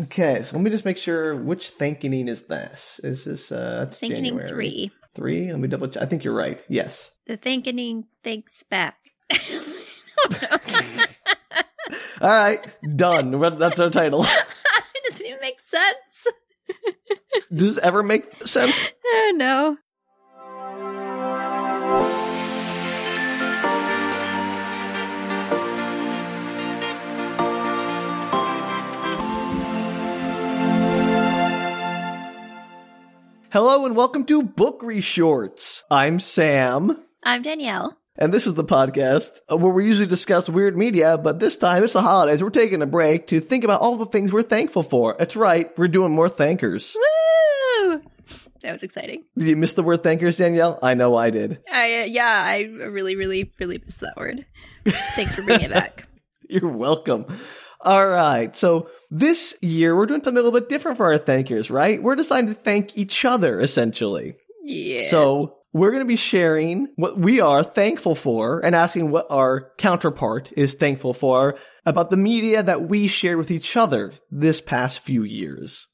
Okay, so let me just make sure which thankening is this. Is this uh that's Thankening January. three. Three? Let me double check. I think you're right. Yes. The thankening thinks back. All right, done. That's our title. it doesn't even make sense. Does this ever make sense? Oh no. Hello and welcome to Bookery Shorts. I'm Sam, I'm Danielle. and this is the podcast uh, where we usually discuss weird media, but this time it's the holidays. We're taking a break to think about all the things we're thankful for. That's right, we're doing more thankers. Woo! That was exciting. Did you miss the word thankers, Danielle? I know I did. I uh, yeah, I really, really, really missed that word. Thanks for bringing it back. You're welcome. All right. So this year we're doing something a little bit different for our thankers, right? We're deciding to thank each other essentially. Yeah. So we're going to be sharing what we are thankful for and asking what our counterpart is thankful for about the media that we shared with each other this past few years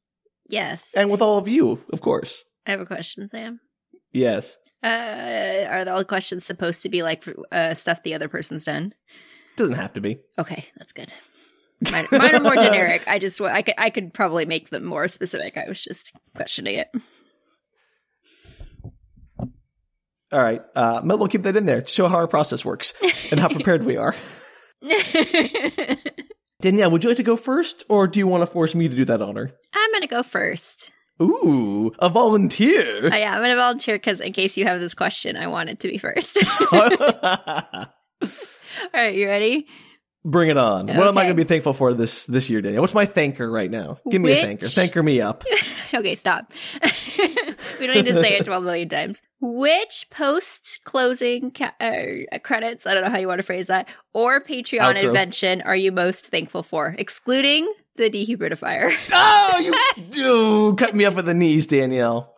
yes. and with all of you, of course. I have a question, Sam. Yes. Uh, are all the questions supposed to be like uh, stuff the other person's done? Doesn't have to be. Okay, that's good. Mine, mine are more generic. I just wa- I could I could probably make them more specific. I was just questioning it. All right. Uh, but we'll keep that in there to show how our process works and how prepared we are. Danielle, would you like to go first or do you want to force me to do that honor? I'm gonna go first. Ooh, a volunteer. Oh, yeah, I'm gonna volunteer because in case you have this question, I want it to be first. All right, you ready? Bring it on. What am I Okay. going to be thankful for this this year, Daniel? What's my thanker right now? Give me a Which- thanker. Thanker me up. okay, stop. we don't need to say it 12 million times. Which post closing ca- uh, credits, I don't know how you want to phrase that, or Patreon Outro. invention are you most thankful for, excluding the dehumidifier? oh, you do cut me up with the knees, Danielle.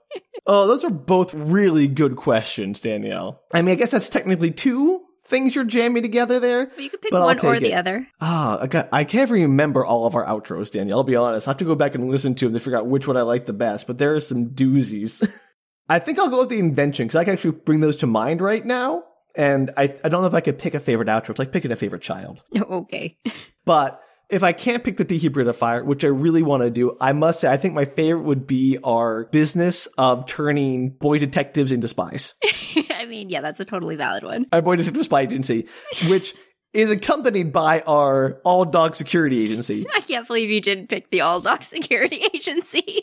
Oh, those are both really good questions, Danielle. I mean, I guess that's technically two things you're jamming together there. you could pick But I'll one or take the it. other. Ah, I, got, I can't remember all of our outros, Danielle. I'll be honest. I have to go back and listen to them to figure out which one I like the best, but there are some doozies. I think I'll go with the invention because I can actually bring those to mind right now. And I, I don't know if I could pick a favorite outro. It's like picking a favorite child. Okay. But if I can't pick the dehumidifier, which I really want to do, I must say I think my favorite would be our business of turning boy detectives into spies. I mean, yeah, that's a totally valid one. our boy detective spy agency, which is accompanied by our all dog security agency. I can't believe you didn't pick the All Dog Security Agency.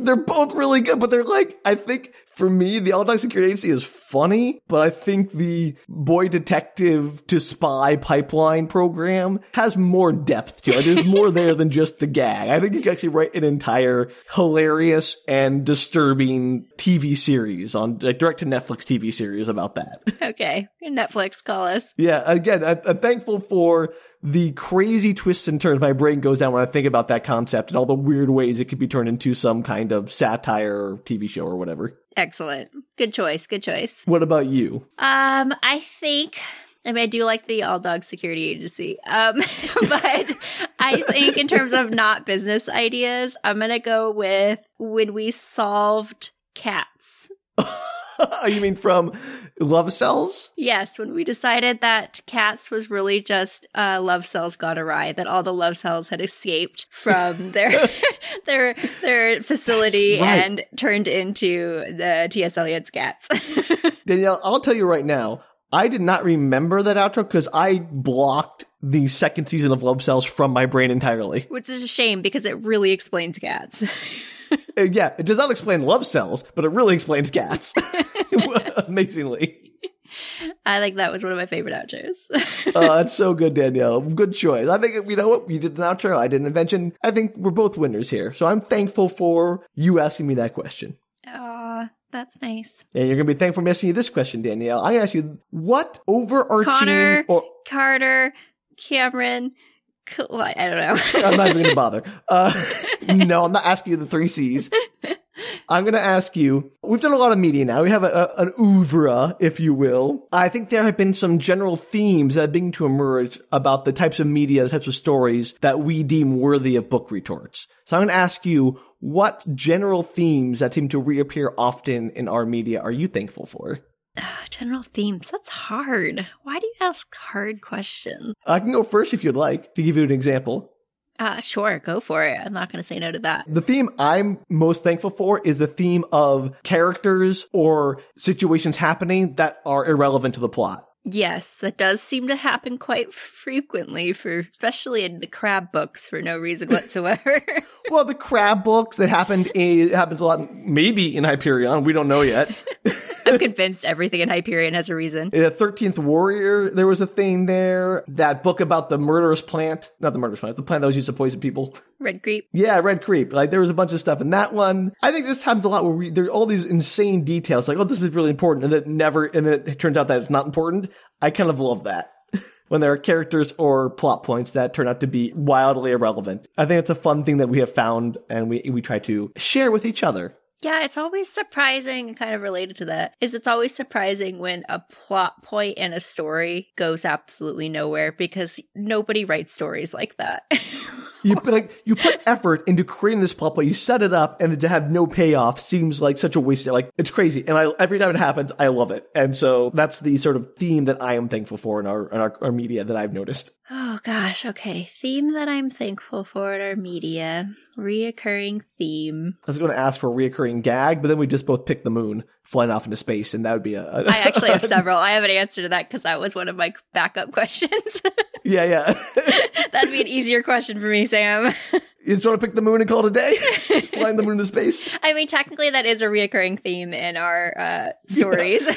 They're both really good, but they're like I think for me the all dog security agency is funny, but I think the boy detective to spy pipeline program has more depth to it. There's more there than just the gag. I think you could actually write an entire hilarious and disturbing TV series on like direct to Netflix TV series about that. okay. Netflix, call us. Yeah, again, I, I'm thankful for the crazy twists and turns my brain goes down when I think about that concept and all the weird ways it could be turned into some kind of satire or TV show or whatever. Excellent. Good choice. Good choice. What about you? Um, I think. I mean, I do like the All Dog Security Agency, um, but I think in terms of not business ideas, I'm gonna go with when we solved cats. you mean from Love Cells? Yes, when we decided that cats was really just uh, love cells gone awry, that all the love cells had escaped from their their their facility That's right. and turned into the T.S. Eliot's cats. Danielle, I'll tell you right now, I did not remember that outro because I blocked the second season of Love Cells from my brain entirely. Which is a shame because it really explains cats. Uh, yeah, it does not explain Love Cells, but it really explains cats. Amazingly. I think that was one of my favorite outros. oh, that's so good, Danielle. Good choice. I think you know what you did an outro. I did an invention. I think we're both winners here. So I'm thankful for you asking me that question, Aw, that's nice. and you're gonna be thankful for asking you this question, Danielle. I'm gonna ask you what overarching Connor. or Carter, Cameron, Cl- I don't know. I'm not even gonna bother. Uh, no, I'm not asking you the three C's. I'm going to ask you. We've done a lot of media now. We have a, a, an oeuvre, if you will. I think there have been some general themes that are beginning to emerge about the types of media, the types of stories that we deem worthy of book retorts. So I'm going to ask you, what general themes that seem to reappear often in our media are you thankful for? Ah, General themes. That's hard. Why do you ask hard questions? I can go first if you'd like to give you an example. Uh, sure, go for it. I'm not going to say no to that. The theme I'm most thankful for is the theme of characters or situations happening that are irrelevant to the plot. Yes, that does seem to happen quite frequently for especially in the crab books for no reason whatsoever. well, the crab books that happened in, it happens a lot, maybe in Hyperion. We don't know yet. I'm convinced everything in Hyperion has a reason. The Thirteenth Warrior, there was a thing there. That book about the murderous plant, not the murderous plant, the plant that was used to poison people. Red Creep. Yeah, Red Creep. Like there was a bunch of stuff in that one. I think this happens a lot where we, there are all these insane details, like oh, this was really important, and then never, and then it turns out that it's not important. I kind of love that. When there are characters or plot points that turn out to be wildly irrelevant, I think it's a fun thing that we have found and we, we try to share with each other. Yeah, it's always surprising, kind of related to that, is it's always surprising when a plot point in a story goes absolutely nowhere because nobody writes stories like that. You put, like you put effort into creating this plot point, you set it up, and then to have no payoff seems like such a waste. Like it's crazy, and I, every time it happens, I love it, and so that's the sort of theme that I am thankful for in our in our, our media that I've noticed. Oh gosh, okay. Theme that I'm thankful for in our media. Reoccurring theme. I was going to ask for a reoccurring gag, but then we just both picked the moon flying off into space, and that would be a. a I actually have several. I have an answer to that because that was one of my backup questions. yeah, yeah. That'd be an easier question for me, Sam. you just want to pick the moon and call it a day? flying the moon into space? I mean, technically, that is a reoccurring theme in our uh, stories.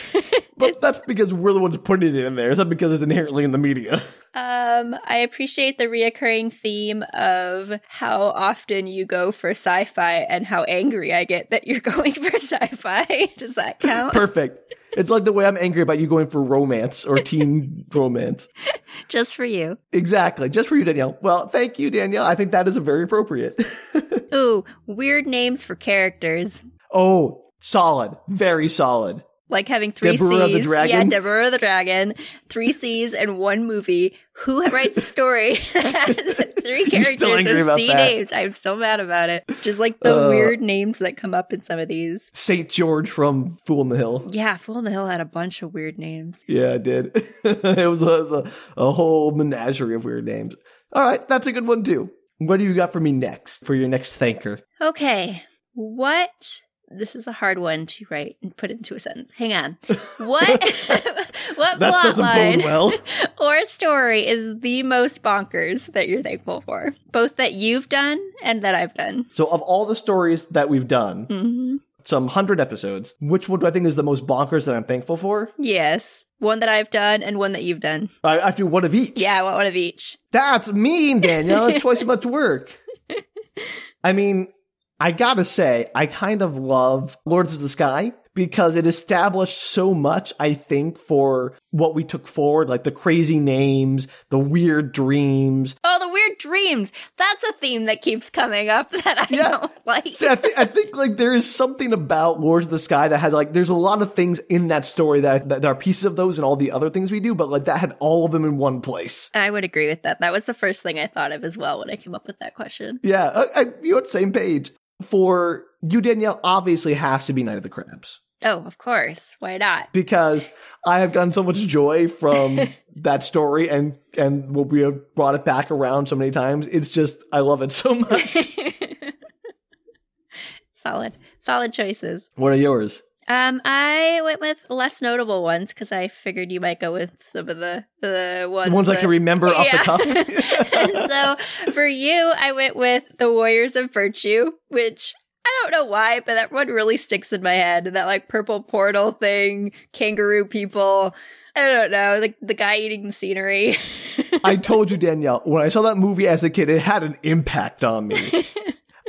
But that's because we're the ones putting it in there. It's not because it's inherently in the media. Um, I appreciate the reoccurring theme of how often you go for sci-fi and how angry I get that you're going for sci-fi. Does that count? Perfect. It's like the way I'm angry about you going for romance or teen romance. Just for you. Exactly. Just for you, Danielle. Well, thank you, Danielle. I think that is very appropriate. Ooh, weird names for characters. oh, solid. Very solid like having three Deborah C's. the Dragon? Yeah, Deborah the Dragon, three C's and one movie. Who writes a story that has three You're characters still angry with about C that. names? I'm so mad about it. Just like the Uh. weird names that come up in some of these. St. George from Fool in the Hill. Yeah, Fool in the Hill had a bunch of weird names. Yeah, I did. it was, a, it was a, a whole menagerie of weird names. All right, that's a good one too. What do you got for me next for your next thanker? Okay, what? This is a hard one to write and put into a sentence. Hang on. What? what That plot doesn't line? bode well. or story is the most bonkers that you're thankful for, both that you've done and that I've done. So, of all the stories that we've done, hmm some hundred episodes, which one do I think is the most bonkers that I'm thankful for? Yes, one that I've done and one that you've done. I, I have to do one of each. Yeah, I want one of each. That's mean, Danielle. It's twice as much work. I mean, I gotta say, I kind of love Lords of the Sky because it established so much, I think, for what we took forward, like the crazy names, the weird dreams. Oh, the weird dreams. That's a theme that keeps coming up that I Yeah. don't like. See, I, thi- I think like there is something about Lords of the Sky that had like there's a lot of things in that story that, that there are pieces of those and all the other things we do, but like that had all of them in one place. I would agree with that. That was the first thing I thought of as well when I came up with that question. Yeah, I, I, you're on the same page. For you, Danielle, obviously has to be Night of the Crabs Oh, of course. Why not? because I have gotten so much joy from that story, and and we have brought it back around so many times. It's just I love it so much. Solid. Solid choices. what are yours? Um, I went with less notable ones because I figured you might go with some of the the ones, The ones I that- can remember off the Yeah. cuff. so for you, I went with the Warriors of Virtue, which I don't know why, but that one really sticks in my head. That like purple portal thing, kangaroo people. I don't know, like the guy eating the scenery. I told you, Danielle, when I saw that movie as a kid, it had an impact on me.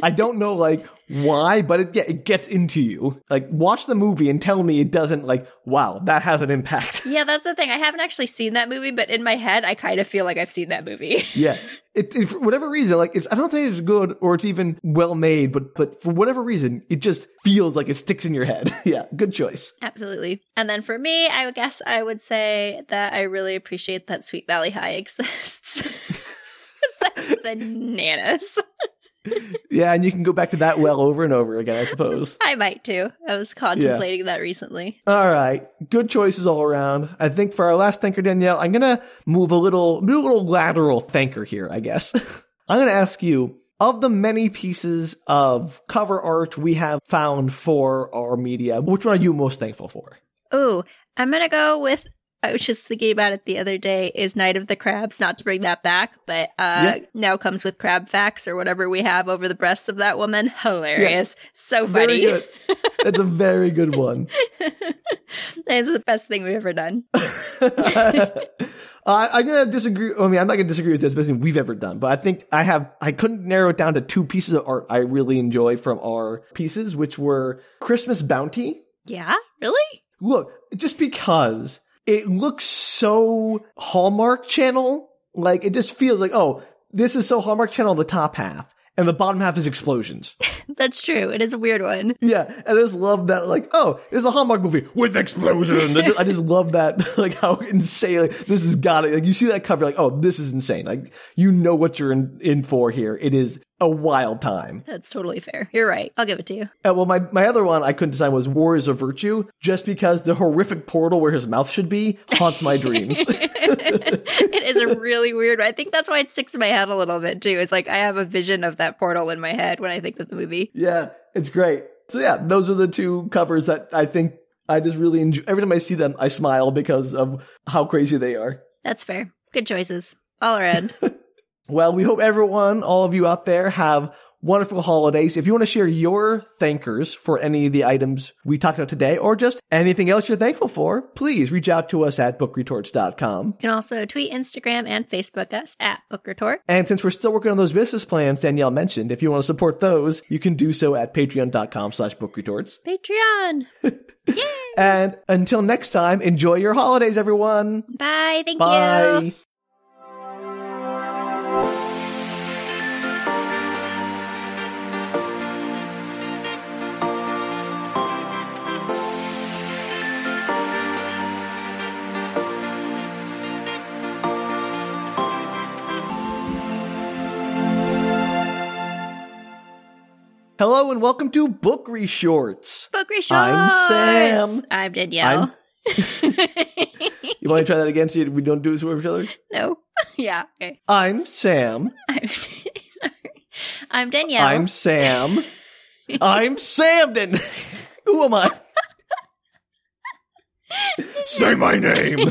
I don't know like why, but it, yeah, it gets into you. Like, watch the movie and tell me it doesn't, like, wow, that has an impact. Yeah, that's the thing. I haven't actually seen that movie, but in my head, I kind of feel like I've seen that movie. yeah. It, it, for whatever reason, like, it's, I don't think it's good or it's even well made, but, but for whatever reason, it just feels like it sticks in your head. yeah, good choice. Absolutely. And then for me, I would guess I would say that I really appreciate that Sweet Valley High exists. That's bananas. yeah, and you can go back to that well over and over again, I suppose. I might too. I was contemplating that recently. All right, good choices all around. I think for our last thanker, Danielle, I'm gonna move a little, do a little lateral thanker here. I guess I'm gonna ask you of the many pieces of cover art we have found for our media, which one are you most thankful for? Oh, I'm going to go with. I was just thinking about it the other day is Night of the Crabs, not to bring that back, but uh, Yeah. now comes with crab facts or whatever we have over the breasts of that woman. Hilarious. So Very funny. good. That's a very good one. it's the best thing we've ever done. I, Uh, I'm gonna disagree. I mean, I'm not gonna disagree with this, but we've ever done. But I think I have. I couldn't narrow it down to two pieces of art I really enjoy from our pieces, which were Christmas Bounty. Yeah? Really? Look, just because it looks so Hallmark Channel, like it just feels like oh, this is so Hallmark Channel. The top half and the bottom half is explosions. That's true. It is a weird one. Yeah, and I just love that. Like, oh, this is a Hallmark movie with explosions. I just, I just love that. Like how insane. Like this has got it. Like you see that cover, like oh, this is insane. Like you know what you're in, in for here. It is a wild time. That's totally fair. You're right. I'll give it to you. And well, my my other one I couldn't decide was War is a Virtue, just because the horrific portal where his mouth should be haunts my dreams. it is a really weird one. I think that's why it sticks in my head a little bit too. It's like I have a vision of that portal in my head when I think of the movie. yeah, it's great. So yeah, those are the two covers that I think I just really enjoy. Every time I see them, I smile because of how crazy they are. That's fair. Good choices. All around. Well, we hope everyone, all of you out there, have wonderful holidays. If you want to share your thankers for any of the items we talked about today or just anything else you're thankful for, please reach out to us at bookretorts.com. you can also tweet, Instagram, and Facebook us at Book Retort. And since we're still working on those business plans Danielle mentioned, if you want to support those, you can do so at patreon.com slash bookretorts. Patreon. And until next time, enjoy your holidays, everyone. Bye. Thank Bye. you. Hello and welcome to Bookery Shorts. Book Retort. I'm Sam. I'm Danielle. You want to try that again so you- we don't do this with each other? no. Yeah. Okay. I'm Sam. I'm sorry. I'm Danielle. I'm Sam. I'm Samden. Who am I? Say my name.